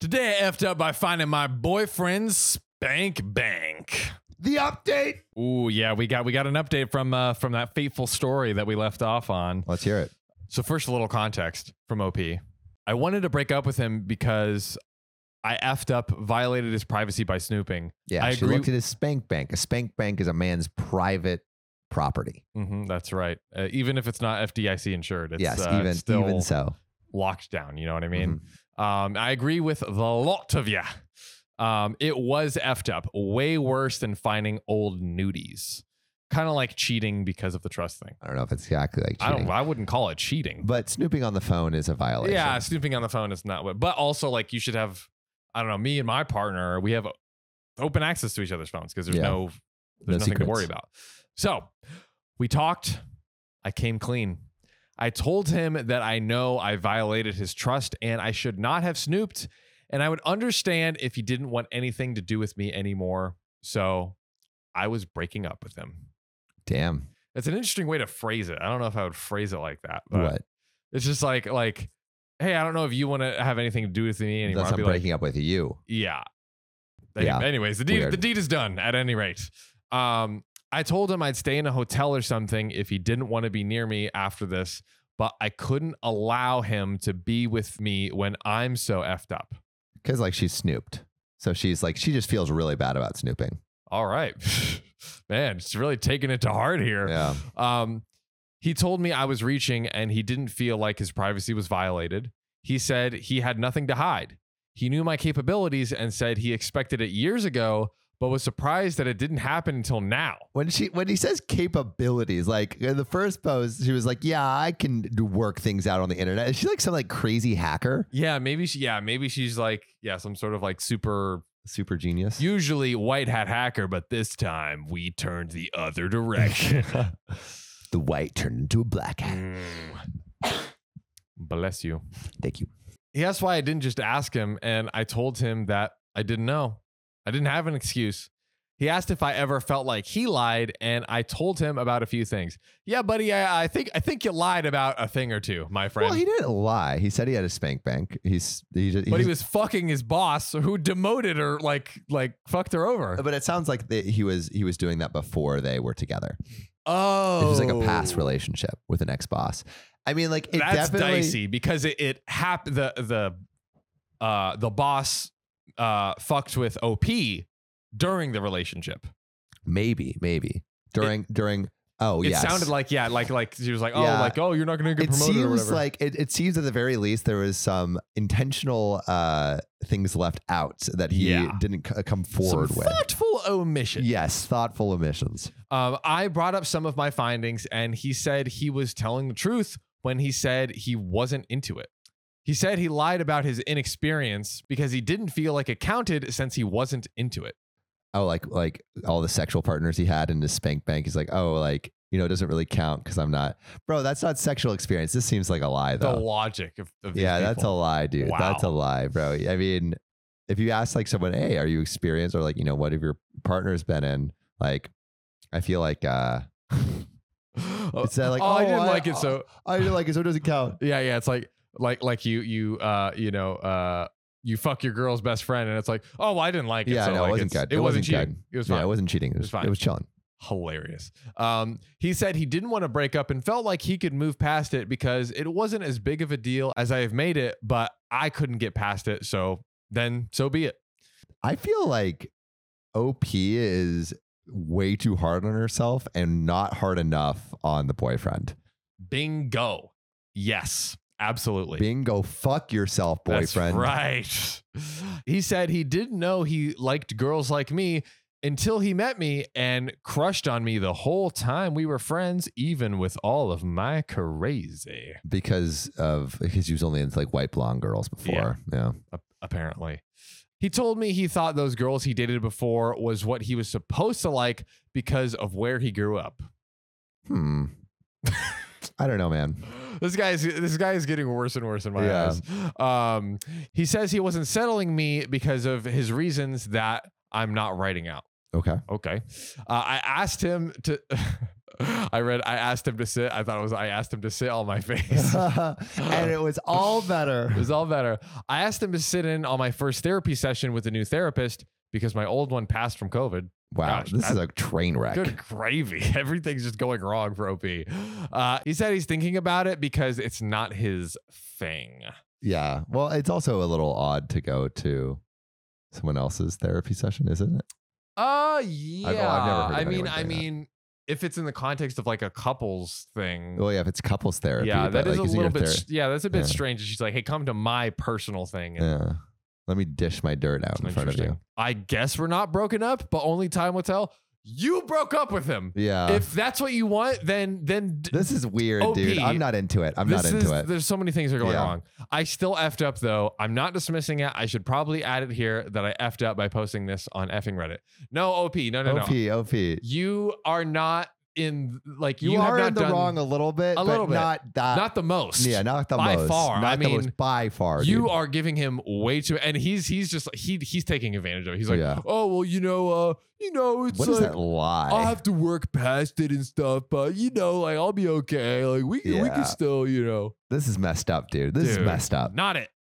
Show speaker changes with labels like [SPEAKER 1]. [SPEAKER 1] Today I effed up by finding my boyfriend's spank bank.
[SPEAKER 2] The update.
[SPEAKER 1] Ooh, yeah, we got we got an update from uh, from that fateful story that we left off on.
[SPEAKER 2] Let's hear it.
[SPEAKER 1] So first, a little context from OP. I wanted to break up with him because I effed up, violated his privacy by snooping.
[SPEAKER 2] Yeah,
[SPEAKER 1] I
[SPEAKER 2] she
[SPEAKER 1] agree-
[SPEAKER 2] looked at his spank bank. A spank bank is a man's private property.
[SPEAKER 1] hmm that's right. Uh, even if it's not FDIC insured, it's
[SPEAKER 2] yes,
[SPEAKER 1] uh,
[SPEAKER 2] even
[SPEAKER 1] still
[SPEAKER 2] even so. Mm-hmm.
[SPEAKER 1] locked down. You know what I mean? Um, I agree with the lot of ya. Um, it was effed up, way worse than finding old nudies. Kind of like cheating because of the trust thing.
[SPEAKER 2] I don't know if it's exactly like
[SPEAKER 1] I
[SPEAKER 2] cheating,
[SPEAKER 1] don't. I wouldn't call it cheating.
[SPEAKER 2] but snooping on the phone is a violation.
[SPEAKER 1] yeah, snooping on the phone is not what. But also, like, you should have. I don't know. Me and my partner, we have open access to each other's phones because there's
[SPEAKER 2] Yeah.
[SPEAKER 1] no there's
[SPEAKER 2] No
[SPEAKER 1] nothing to
[SPEAKER 2] secrets.
[SPEAKER 1] worry about. So we talked. I came clean. I told him that I know I violated his trust and I should not have snooped. And I would understand if he didn't want anything to do with me anymore. So I was breaking up with him.
[SPEAKER 2] Damn.
[SPEAKER 1] It's an interesting way to phrase it. I don't know if I would phrase it like that. But
[SPEAKER 2] what?
[SPEAKER 1] It's just like, like, hey, I don't know if you want to have anything to do with me anymore. I'd
[SPEAKER 2] That's not
[SPEAKER 1] be like,
[SPEAKER 2] breaking up with you.
[SPEAKER 1] yeah.
[SPEAKER 2] Yeah.
[SPEAKER 1] Anyways, the deed
[SPEAKER 2] Weird.
[SPEAKER 1] the deed is done at any rate. Um, I told him I'd stay in a hotel or something if he didn't want to be near me after this, but I couldn't allow him to be with me when I'm so effed up.
[SPEAKER 2] Because like she snooped. So she's like, she just feels really bad about snooping.
[SPEAKER 1] All right. Man, it's really taking it to heart here.
[SPEAKER 2] Yeah.
[SPEAKER 1] Um, he told me I was reaching and he didn't feel like his privacy was violated. He said he had nothing to hide. He knew my capabilities and said he expected it years ago, but was surprised that it didn't happen until now.
[SPEAKER 2] When she when he says capabilities, like in the first post, she was like, "Yeah, I can do- work things out on the internet." Is she like some like crazy hacker,
[SPEAKER 1] Yeah, maybe she, yeah, maybe she's like, yeah, some sort of like super
[SPEAKER 2] super genius?
[SPEAKER 1] usually white hat hacker, but this time we turned the other direction.
[SPEAKER 2] the white turned into a black hat.
[SPEAKER 1] Mm. Bless you.
[SPEAKER 2] Thank you.
[SPEAKER 1] he asked why I didn't just ask him, and I told him that I didn't know. I didn't have an excuse. He asked if I ever felt like he lied, and I told him about a few things. Yeah, buddy, I, I think I think you lied about a thing or two, my friend.
[SPEAKER 2] Well, he didn't lie. He said he had a spank bank. He's he just,
[SPEAKER 1] but he was
[SPEAKER 2] just-
[SPEAKER 1] fucking his boss, who demoted her, like like fucked her over.
[SPEAKER 2] But it sounds like that he was he was doing that before they were together.
[SPEAKER 1] Oh,
[SPEAKER 2] It was like a past relationship with an ex boss. I mean, like it
[SPEAKER 1] That's
[SPEAKER 2] definitely.
[SPEAKER 1] dicey because it it hap- the the uh the boss uh fucked with OP during the relationship.
[SPEAKER 2] Maybe, maybe during during. Oh,
[SPEAKER 1] it
[SPEAKER 2] yes.
[SPEAKER 1] sounded like yeah, like like she was like, oh,
[SPEAKER 2] Yeah.
[SPEAKER 1] like oh, you're not gonna get
[SPEAKER 2] it
[SPEAKER 1] promoted or
[SPEAKER 2] seems
[SPEAKER 1] whatever.
[SPEAKER 2] like it, it seems at the very least there was some intentional uh things left out that he
[SPEAKER 1] Yeah.
[SPEAKER 2] didn't c- come
[SPEAKER 1] Some
[SPEAKER 2] forward with.
[SPEAKER 1] thoughtful omission.
[SPEAKER 2] Yes, thoughtful omissions.
[SPEAKER 1] Um, I brought up some of my findings, and he said he was telling the truth when he said he wasn't into it. He said he lied about his inexperience because he didn't feel like it counted since he wasn't into it.
[SPEAKER 2] Oh, like like all the sexual partners he had in his spank bank. He's like, oh, like you know, it doesn't really count because I'm not, bro. That's not sexual experience. This seems like a lie
[SPEAKER 1] The
[SPEAKER 2] though.
[SPEAKER 1] logic of, of these
[SPEAKER 2] yeah, that's a
[SPEAKER 1] people.
[SPEAKER 2] lie, dude. That's a
[SPEAKER 1] Wow.
[SPEAKER 2] lie, bro. I mean, if you ask like someone, hey, are you experienced or like, you know, what have your partners been in? Like, I feel like uh It's, uh, like,
[SPEAKER 1] oh, I
[SPEAKER 2] oh,
[SPEAKER 1] didn't
[SPEAKER 2] I-
[SPEAKER 1] like it, so
[SPEAKER 2] I didn't like it, so it doesn't count.
[SPEAKER 1] Yeah, yeah. It's like like like you you uh you know uh you fuck your girl's best friend and it's like, oh well, I didn't like it.
[SPEAKER 2] Yeah,
[SPEAKER 1] so
[SPEAKER 2] no, it
[SPEAKER 1] like,
[SPEAKER 2] wasn't
[SPEAKER 1] it's-
[SPEAKER 2] good.
[SPEAKER 1] It,
[SPEAKER 2] It
[SPEAKER 1] wasn't
[SPEAKER 2] wasn't
[SPEAKER 1] cheating. It was
[SPEAKER 2] Yeah,
[SPEAKER 1] fine.
[SPEAKER 2] it wasn't cheating. It was,
[SPEAKER 1] fine.
[SPEAKER 2] It was chilling.
[SPEAKER 1] Hilarious. Um, he said he didn't want to break up and felt like he could move past it because it wasn't as big of a deal as I have made it, but I couldn't get past it. So then so be it.
[SPEAKER 2] I feel like OP is way too hard on herself and not hard enough on the boyfriend.
[SPEAKER 1] Bingo. Yes, absolutely.
[SPEAKER 2] Bingo, fuck yourself, boyfriend.
[SPEAKER 1] That's right. He said he didn't know he liked girls like me until he met me and crushed on me the whole time we were friends, even with all of my crazy.
[SPEAKER 2] Because of because he was only into like white blonde girls before. Yeah.
[SPEAKER 1] a- apparently. He told me he thought those girls he dated before was what he was supposed to like because of where he grew up.
[SPEAKER 2] Hmm. I don't know, man.
[SPEAKER 1] This guy's this guy is getting worse and worse in my
[SPEAKER 2] Yeah.
[SPEAKER 1] eyes. Um, he says he wasn't settling me because of his reasons that I'm not writing out.
[SPEAKER 2] Okay.
[SPEAKER 1] Okay. Uh, I asked him to. I read. I asked him to sit. I thought it was. I asked him to sit on my face.
[SPEAKER 2] and it was all better.
[SPEAKER 1] It was all better. I asked him to sit in on my first therapy session with a new therapist because my old one passed from COVID.
[SPEAKER 2] Wow,
[SPEAKER 1] Gosh,
[SPEAKER 2] this is a train wreck.
[SPEAKER 1] Good gravy. Everything's just going wrong for OP. Uh, he said he's thinking about it because it's not his thing.
[SPEAKER 2] Yeah. Well, it's also a little odd to go to someone else's therapy session, isn't it?
[SPEAKER 1] Uh, yeah.
[SPEAKER 2] never heard of
[SPEAKER 1] I mean,
[SPEAKER 2] anyone
[SPEAKER 1] I
[SPEAKER 2] doing that.
[SPEAKER 1] mean, if it's in the context of like a couple's thing.
[SPEAKER 2] Well, yeah, if it's couples therapy.
[SPEAKER 1] yeah,
[SPEAKER 2] but,
[SPEAKER 1] that is
[SPEAKER 2] like,
[SPEAKER 1] a
[SPEAKER 2] it
[SPEAKER 1] little
[SPEAKER 2] your
[SPEAKER 1] bit.
[SPEAKER 2] ther-
[SPEAKER 1] s- yeah, that's a bit
[SPEAKER 2] Yeah.
[SPEAKER 1] strange. She's like, "Hey, come to my personal thing." and-
[SPEAKER 2] yeah. Let me dish my dirt out in front of you.
[SPEAKER 1] Interesting. I guess we're not broken up, but only time will tell. You broke up with him.
[SPEAKER 2] Yeah.
[SPEAKER 1] if that's what you want, then then d-
[SPEAKER 2] this is weird,
[SPEAKER 1] OP.
[SPEAKER 2] dude. I'm not into it. I'm not
[SPEAKER 1] this
[SPEAKER 2] into
[SPEAKER 1] is-
[SPEAKER 2] it.
[SPEAKER 1] There's so many things that are going
[SPEAKER 2] Yeah.
[SPEAKER 1] wrong. I still effed up though. I'm not dismissing it. I should probably add it here that I effed up by posting this on effing Reddit. No op. No no
[SPEAKER 2] OP,
[SPEAKER 1] no.
[SPEAKER 2] OP.
[SPEAKER 1] You are not in like you,
[SPEAKER 2] You,
[SPEAKER 1] have
[SPEAKER 2] are
[SPEAKER 1] not
[SPEAKER 2] in the
[SPEAKER 1] done
[SPEAKER 2] wrong a little bit,
[SPEAKER 1] a little
[SPEAKER 2] but
[SPEAKER 1] bit.
[SPEAKER 2] not that.
[SPEAKER 1] not the most.
[SPEAKER 2] yeah, not the
[SPEAKER 1] by
[SPEAKER 2] most.
[SPEAKER 1] far.
[SPEAKER 2] Not
[SPEAKER 1] I
[SPEAKER 2] the
[SPEAKER 1] mean,
[SPEAKER 2] most by far.
[SPEAKER 1] you
[SPEAKER 2] dude.
[SPEAKER 1] are giving him way too, and he's he's just he he's taking advantage of. it. He's like,
[SPEAKER 2] Yeah.
[SPEAKER 1] oh well, you know, uh, you know, it's
[SPEAKER 2] What is
[SPEAKER 1] like
[SPEAKER 2] that lie?
[SPEAKER 1] I'll have to work past it and stuff, but you know, like I'll be okay. Like we can, we
[SPEAKER 2] Yeah.
[SPEAKER 1] can still, you know,
[SPEAKER 2] this is messed up, dude. This
[SPEAKER 1] Dude,
[SPEAKER 2] is messed up.
[SPEAKER 1] not it.